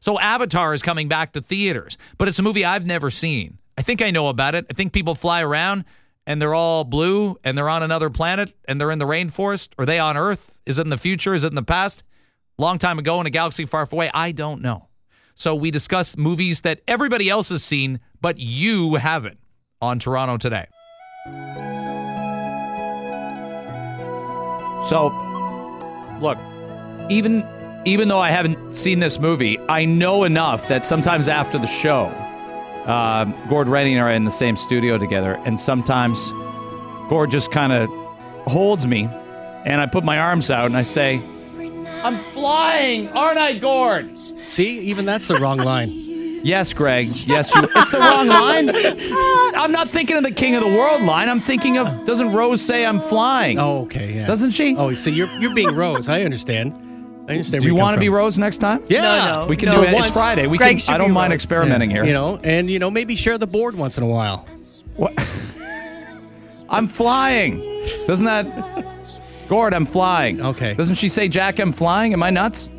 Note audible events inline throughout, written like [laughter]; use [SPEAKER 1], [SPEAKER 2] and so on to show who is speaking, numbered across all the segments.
[SPEAKER 1] So Avatar is coming back to theaters, but it's a movie I've never seen. I think I know about it. I think people fly around and they're all blue and they're on another planet and they're in the rainforest. Are they on Earth? Is it in the future? Is it in the past? Long time ago in a galaxy far, far away? I don't know. So we discuss movies that everybody else has seen, but you haven't on Toronto Today.
[SPEAKER 2] So, look, even even though I haven't seen this movie, I know enough that sometimes after the show, um, Gord Rennie and I are in the same studio together, and sometimes Gord just kind of holds me, and I put my arms out and I say, "I'm flying, aren't I, Gord?"
[SPEAKER 3] See, even that's the wrong line.
[SPEAKER 2] Yes, Greg. Yes, you. It's the wrong line. I'm not thinking of the King of the World line. I'm thinking of doesn't Rose say I'm flying?
[SPEAKER 3] Oh, okay. Yeah.
[SPEAKER 2] Doesn't she?
[SPEAKER 3] Oh, so you're you're being Rose. I understand. I understand.
[SPEAKER 2] Do you
[SPEAKER 3] want to
[SPEAKER 2] be Rose next time?
[SPEAKER 3] Yeah.
[SPEAKER 4] No, no.
[SPEAKER 2] We can
[SPEAKER 4] No,
[SPEAKER 2] do it.
[SPEAKER 3] once-
[SPEAKER 2] It's Friday. We
[SPEAKER 4] Greg
[SPEAKER 2] can.
[SPEAKER 4] should
[SPEAKER 2] I don't
[SPEAKER 4] be
[SPEAKER 2] mind
[SPEAKER 4] Rose.
[SPEAKER 2] experimenting here.
[SPEAKER 3] You know, and you know, maybe share the board once in a while.
[SPEAKER 2] What? I'm flying. Doesn't that? Gord, I'm flying.
[SPEAKER 3] Okay.
[SPEAKER 2] Doesn't she say, Jack, I'm flying? Am I nuts?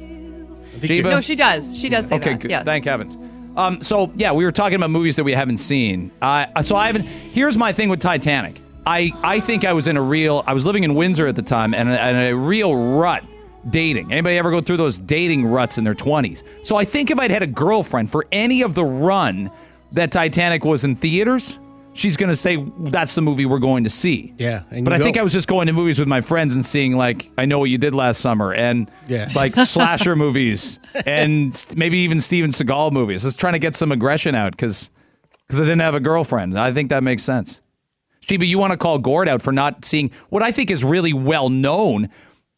[SPEAKER 2] Sheba?
[SPEAKER 4] No, she does. She does say
[SPEAKER 2] okay,
[SPEAKER 4] that.
[SPEAKER 2] good.
[SPEAKER 4] Yes.
[SPEAKER 2] Thank heavens. Um, so, yeah, we were talking about movies that we haven't seen. Uh, so, I haven't. Here's my thing with Titanic. I, I think I was in a real. I was living in Windsor at the time and, and a real rut dating. Anybody ever go through those dating ruts in their 20s? So, I think if I'd had a girlfriend for any of the run that Titanic was in theaters, she's going to say, that's the movie we're going to see.
[SPEAKER 3] Yeah, and
[SPEAKER 2] But
[SPEAKER 3] you
[SPEAKER 2] I
[SPEAKER 3] go.
[SPEAKER 2] think I was just going to movies with my friends and seeing like I know what you did last summer and
[SPEAKER 3] Yeah.
[SPEAKER 2] like slasher movies and st- maybe even Steven Seagal movies. Just trying to get some aggression out because I didn't have a girlfriend. I think that makes sense. Sheba, you want to call Gord out for not seeing what I think is really well known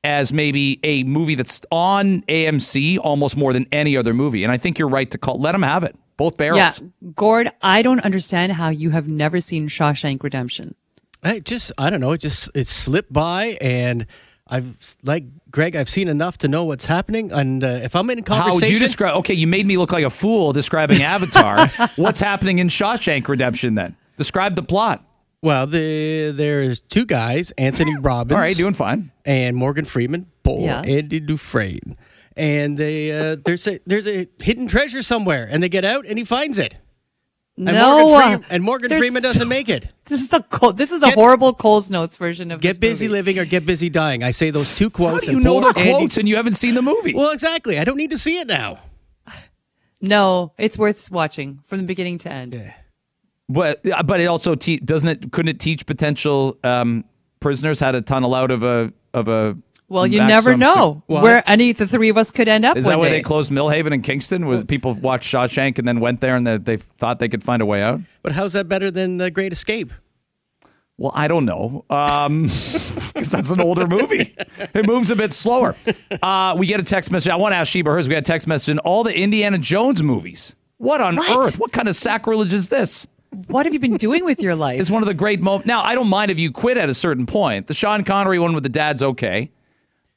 [SPEAKER 2] as maybe a movie that's on AMC almost more than any other movie. And I think you're right to call. Let him have it. Both
[SPEAKER 4] Yeah,
[SPEAKER 2] barrels.
[SPEAKER 4] Gord, I don't understand how you have never seen Shawshank Redemption.
[SPEAKER 3] I just I don't know. It just it slipped by, and I've like Greg. I've seen enough to know what's happening, and uh, if I'm in
[SPEAKER 2] How
[SPEAKER 3] conversation,
[SPEAKER 2] would you describe? Okay, you made me look like a fool describing [laughs] Avatar. What's happening in Shawshank Redemption then? Describe the plot.
[SPEAKER 3] well, the, there's two guys,
[SPEAKER 2] [laughs]
[SPEAKER 3] Anthony Robbins.
[SPEAKER 2] All right, doing fine.
[SPEAKER 3] and Morgan Freeman, Bull,
[SPEAKER 4] Yeah.
[SPEAKER 3] Andy Dufresne, and they uh, there's a there's a hidden treasure somewhere, and they get out, and he finds it. And
[SPEAKER 4] no,
[SPEAKER 3] Morgan
[SPEAKER 4] uh,
[SPEAKER 3] Freeman, and Morgan
[SPEAKER 4] there's-
[SPEAKER 3] Freeman doesn't make it.
[SPEAKER 4] This is the Col- this is the
[SPEAKER 3] Get-
[SPEAKER 4] horrible Coles Notes version of
[SPEAKER 3] Get
[SPEAKER 4] this
[SPEAKER 3] busy
[SPEAKER 4] movie.
[SPEAKER 3] living or get busy dying. I say those two quotes.
[SPEAKER 2] How do you
[SPEAKER 3] and
[SPEAKER 2] know
[SPEAKER 3] poor
[SPEAKER 2] the
[SPEAKER 3] Andy-
[SPEAKER 2] quotes and you haven't seen the movie?
[SPEAKER 3] well, exactly. I don't need to see it now.
[SPEAKER 4] No, it's worth watching from the beginning to end.
[SPEAKER 2] But uh, but it also te- doesn't it couldn't it teach potential um, prisoners how to tunnel out of a of a
[SPEAKER 4] Well, you never
[SPEAKER 2] maximum se-
[SPEAKER 4] know
[SPEAKER 3] Well,
[SPEAKER 4] where any of the three of us could end up.
[SPEAKER 2] Is
[SPEAKER 4] one
[SPEAKER 2] that why
[SPEAKER 4] day.
[SPEAKER 2] they closed Millhaven and Kingston? Was people watched Shawshank and then went there and that they thought they could find a way out?
[SPEAKER 3] But how's that better than The Great Escape?
[SPEAKER 2] Well, I don't know. Um, [laughs] because that's an older movie. It moves a bit slower. Uh, we get a text message. I want to ask Sheba hers. We got a text message in all the Indiana Jones movies. What on earth? What kind of sacrilege is this?
[SPEAKER 4] What have you been doing with your life?
[SPEAKER 2] It's one of the great moments. Now, I don't mind if you quit at a certain point. The Sean Connery one with the dad's okay.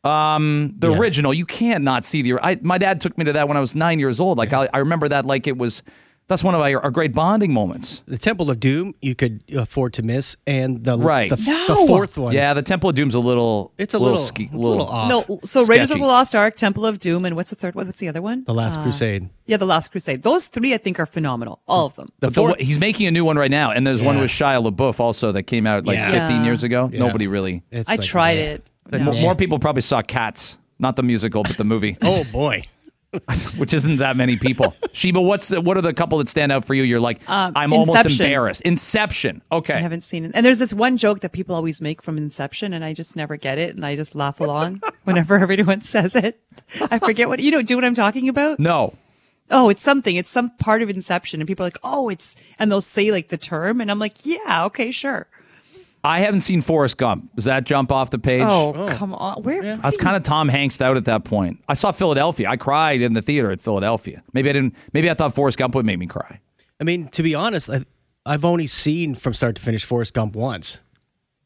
[SPEAKER 2] Um, the original, you can't not see the. I, my dad took me to that when I was nine years old. Like I, I remember that. Like it was. That's one of our, our great bonding moments.
[SPEAKER 3] The Temple of Doom you could afford to miss, and the
[SPEAKER 2] Right.
[SPEAKER 3] the, the fourth one.
[SPEAKER 2] Yeah, the Temple of Doom's a little.
[SPEAKER 3] it's a
[SPEAKER 2] little
[SPEAKER 3] little,
[SPEAKER 2] ske-
[SPEAKER 3] it's a little off.
[SPEAKER 4] no, so Raiders of
[SPEAKER 2] sketchy.
[SPEAKER 4] the Lost Ark, Temple of Doom, and what's the third one? What's the other one?
[SPEAKER 3] The
[SPEAKER 4] Uh,
[SPEAKER 3] Last Crusade.
[SPEAKER 4] yeah, The Last Crusade. Those three, I think, are phenomenal. All of them.
[SPEAKER 2] But the one- he's making a new one right now, and there's one
[SPEAKER 3] Yeah.
[SPEAKER 2] with Shia LaBeouf also that came out like
[SPEAKER 3] Yeah.
[SPEAKER 2] 15 years ago.
[SPEAKER 3] Yeah.
[SPEAKER 2] Nobody really.
[SPEAKER 3] It's
[SPEAKER 4] I
[SPEAKER 3] like,
[SPEAKER 4] tried
[SPEAKER 3] yeah.
[SPEAKER 4] it.
[SPEAKER 3] like
[SPEAKER 4] No.
[SPEAKER 2] Mo- More people probably saw Cats, not the musical, but the movie,
[SPEAKER 3] Oh boy.
[SPEAKER 2] [laughs] which isn't that many [laughs] people. Sheba, what's what are the couple that stand out for you? You're like, I'm almost
[SPEAKER 4] Uh, Inception.
[SPEAKER 2] embarrassed. Inception.
[SPEAKER 3] eh.
[SPEAKER 4] I
[SPEAKER 2] Okay.
[SPEAKER 4] haven't seen it. And there's this one joke that people always make from Inception, and I just never get it, and I just
[SPEAKER 3] [laughs]
[SPEAKER 4] laugh along whenever everyone says it. I forget what you know. Do what I'm talking about?
[SPEAKER 2] No.
[SPEAKER 4] Oh, it's something. It's some part of Inception, and people are like, oh, it's, and they'll say like the term, and I'm like, yeah, okay, sure.
[SPEAKER 2] I haven't seen Forrest Gump. Does that jump off the page?
[SPEAKER 4] Oh, come on, where?
[SPEAKER 2] I was kind of Tom Hanks out at that point. I saw Philadelphia. I cried in the theater at Philadelphia. Maybe I didn't. Maybe I thought Forrest Gump would make me cry.
[SPEAKER 3] I mean, to be honest, I, I've only seen from start to finish Forrest Gump once.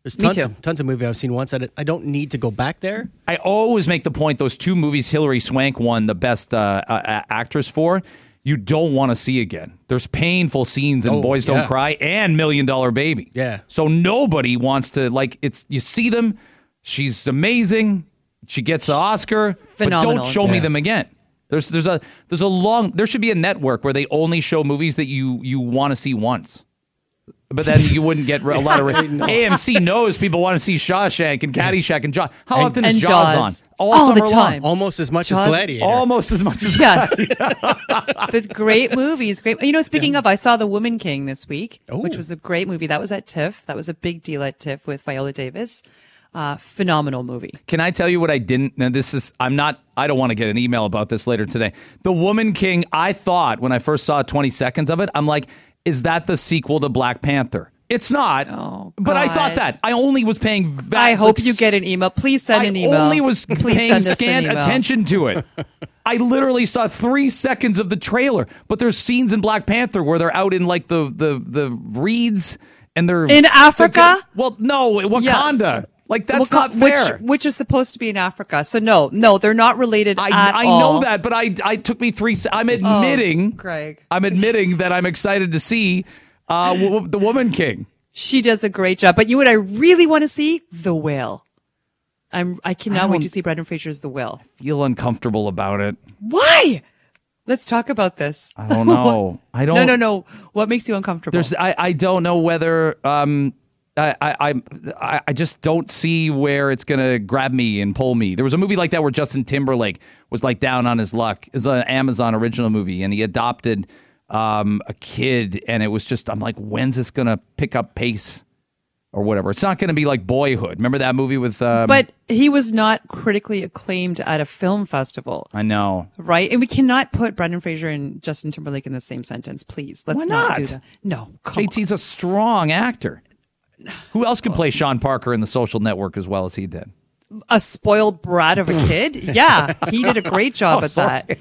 [SPEAKER 3] There's tons,
[SPEAKER 4] too.
[SPEAKER 3] Of, tons of movies I've seen once. I, don't- I don't need to go back there.
[SPEAKER 2] I always make the point those two movies Hillary Swank won the best uh, uh, uh, actress for, you don't want to see again. There's painful scenes in
[SPEAKER 3] Oh,
[SPEAKER 2] Boys Don't
[SPEAKER 3] yeah.
[SPEAKER 2] Cry and Million Dollar Baby.
[SPEAKER 3] Yeah.
[SPEAKER 2] So nobody wants to like it's you see them, she's amazing, she gets the Oscar, but
[SPEAKER 4] Phenomenal.
[SPEAKER 2] don't show me
[SPEAKER 3] Yeah.
[SPEAKER 2] them again. There's there's a there's a long there should be a network where they only show movies that you you want to see once. But then you wouldn't get a lot of AMC knows people want to see Shawshank and Caddyshack and Jaws. How often is
[SPEAKER 4] and
[SPEAKER 2] Jaws,
[SPEAKER 4] Jaws.
[SPEAKER 2] on? All
[SPEAKER 4] All the
[SPEAKER 2] summer
[SPEAKER 4] time.
[SPEAKER 2] long.
[SPEAKER 3] Almost as much
[SPEAKER 4] Jaws-
[SPEAKER 3] as Gladiator.
[SPEAKER 2] Almost as much as
[SPEAKER 4] [laughs] Yes.
[SPEAKER 3] [laughs]
[SPEAKER 4] but great movies. Great. You know, speaking of, I saw The Woman King this week, which was a great movie. That was at TIFF. That was a big deal at TIFF with Viola Davis. Uh, phenomenal movie.
[SPEAKER 2] Can I tell you what I didn't? Now this is I'm not. I don't want to get an email about this later today. The Woman King. I thought when I first saw 20 seconds of it, I'm like, is that the sequel to Black Panther? It's not.
[SPEAKER 4] Oh,
[SPEAKER 2] but I thought
[SPEAKER 4] God.
[SPEAKER 2] that. I only was paying. Va-
[SPEAKER 4] I hope
[SPEAKER 2] like,
[SPEAKER 4] you get an email. Please send
[SPEAKER 2] I
[SPEAKER 4] an email.
[SPEAKER 2] only was
[SPEAKER 4] [laughs] Please
[SPEAKER 2] paying
[SPEAKER 4] send us an
[SPEAKER 2] scant
[SPEAKER 4] email.
[SPEAKER 2] attention to
[SPEAKER 4] [laughs]
[SPEAKER 2] it. I literally saw three seconds of the trailer, but there's scenes in Black Panther where they're out in like the the the reeds and they're
[SPEAKER 4] In Africa?
[SPEAKER 2] well, no, Wakanda. Like that's
[SPEAKER 4] Waka-
[SPEAKER 2] not fair.
[SPEAKER 4] Which, which is supposed to be in Africa. So no, no, they're not related
[SPEAKER 2] I,
[SPEAKER 4] at
[SPEAKER 2] I
[SPEAKER 4] all.
[SPEAKER 2] know that, but I, I took me three. se- I'm admitting,
[SPEAKER 4] Oh, Greg.
[SPEAKER 2] I'm admitting that I'm excited to see uh, w- w- the Woman King.
[SPEAKER 4] She does a great job. But you know what I really want to see? The Whale. I'm, I cannot wait to see Brendan Fraser's The Whale.
[SPEAKER 2] Feel uncomfortable about it?
[SPEAKER 4] Why? Let's talk about this.
[SPEAKER 2] I
[SPEAKER 4] [laughs]
[SPEAKER 2] don't know. I don't.
[SPEAKER 4] No, no, no. What makes you uncomfortable?
[SPEAKER 2] There's. I, I don't know whether. Um, I, I, I'm- I, I just don't see where it's gonna grab me and pull me. There was a movie like that where Justin Timberlake was like down on his luck. It's an Amazon original movie, and he adopted um, a kid, and it was just. I'm like, when's this gonna pick up pace? Or whatever. It's not going to be like Boyhood. Remember that movie with? Um,
[SPEAKER 4] but he was not critically acclaimed at a film festival,
[SPEAKER 2] I know.
[SPEAKER 4] right? And we cannot put Brendan Fraser and Justin Timberlake in the same sentence, please. Let's
[SPEAKER 2] Why
[SPEAKER 4] do
[SPEAKER 2] not?
[SPEAKER 4] that. No, come on.
[SPEAKER 2] JT's a strong actor. Who else can play Sean Parker in The Social Network as well as he did?
[SPEAKER 4] a spoiled brat of a
[SPEAKER 2] [laughs]
[SPEAKER 4] kid. Yeah, he did a
[SPEAKER 2] Oh,
[SPEAKER 4] great job at that.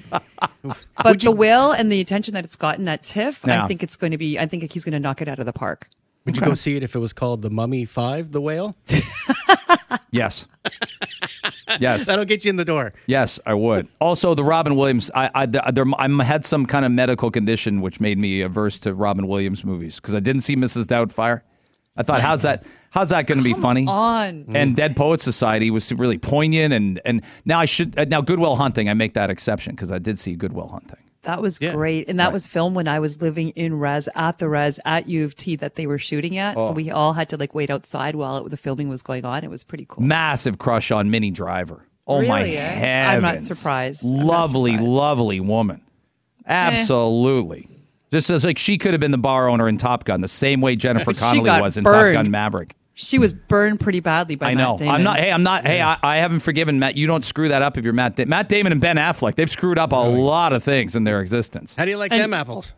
[SPEAKER 4] But the will and the attention that it's gotten at TIFF,
[SPEAKER 2] Yeah.
[SPEAKER 4] I think it's going to be. I think he's going to knock it out of the park.
[SPEAKER 3] Would you go see it if it was called The Mummy Five, The Whale?
[SPEAKER 2] Yes. yes.
[SPEAKER 3] That'll get you in the door.
[SPEAKER 2] Yes, I would. Also, the Robin Williams, I, I, there, I had some kind of medical condition which made me averse to Robin Williams movies because I didn't see Mrs. Doubtfire. I thought, how's that? How's that going to be funny?
[SPEAKER 4] On
[SPEAKER 2] And Dead Poets Society was really poignant, and and now I should uh, now Goodwill Hunting. I make that exception because I did see Goodwill Hunting.
[SPEAKER 4] that was great, and that was filmed when I was living in Res at the Res at U of T that they were shooting at.
[SPEAKER 2] Oh.
[SPEAKER 4] So we all had to like wait outside while it, the filming was going on. It was pretty cool.
[SPEAKER 2] massive crush on Minnie Driver. Oh my
[SPEAKER 4] Really, eh? I'm
[SPEAKER 2] heavens!
[SPEAKER 4] not surprised. I'm not
[SPEAKER 2] Lovely,
[SPEAKER 4] surprised.
[SPEAKER 2] lovely woman. Absolutely. Just as like she could have been the bar owner in Top Gun, the same way Jennifer
[SPEAKER 4] [laughs] she
[SPEAKER 2] Connelly
[SPEAKER 4] got
[SPEAKER 2] was in Top
[SPEAKER 4] burned.
[SPEAKER 2] Gun Maverick.
[SPEAKER 4] She was burned pretty badly by
[SPEAKER 2] I know. I'm
[SPEAKER 4] Matt Damon.
[SPEAKER 2] not. Hey, I'm not. Hey, I, I haven't forgiven Matt. You don't screw that up if you're Matt. Da- Matt Damon and Ben Affleck. They've screwed up a lot of things in their existence.
[SPEAKER 3] How do you like them apples?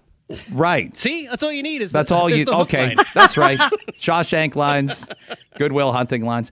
[SPEAKER 2] Right.
[SPEAKER 3] See, that's all you need. Is
[SPEAKER 2] That's
[SPEAKER 3] the,
[SPEAKER 2] all
[SPEAKER 3] is
[SPEAKER 2] you.
[SPEAKER 3] the hook [laughs]
[SPEAKER 2] Okay,
[SPEAKER 3] line.
[SPEAKER 2] that's right. Shawshank lines, Goodwill Hunting lines.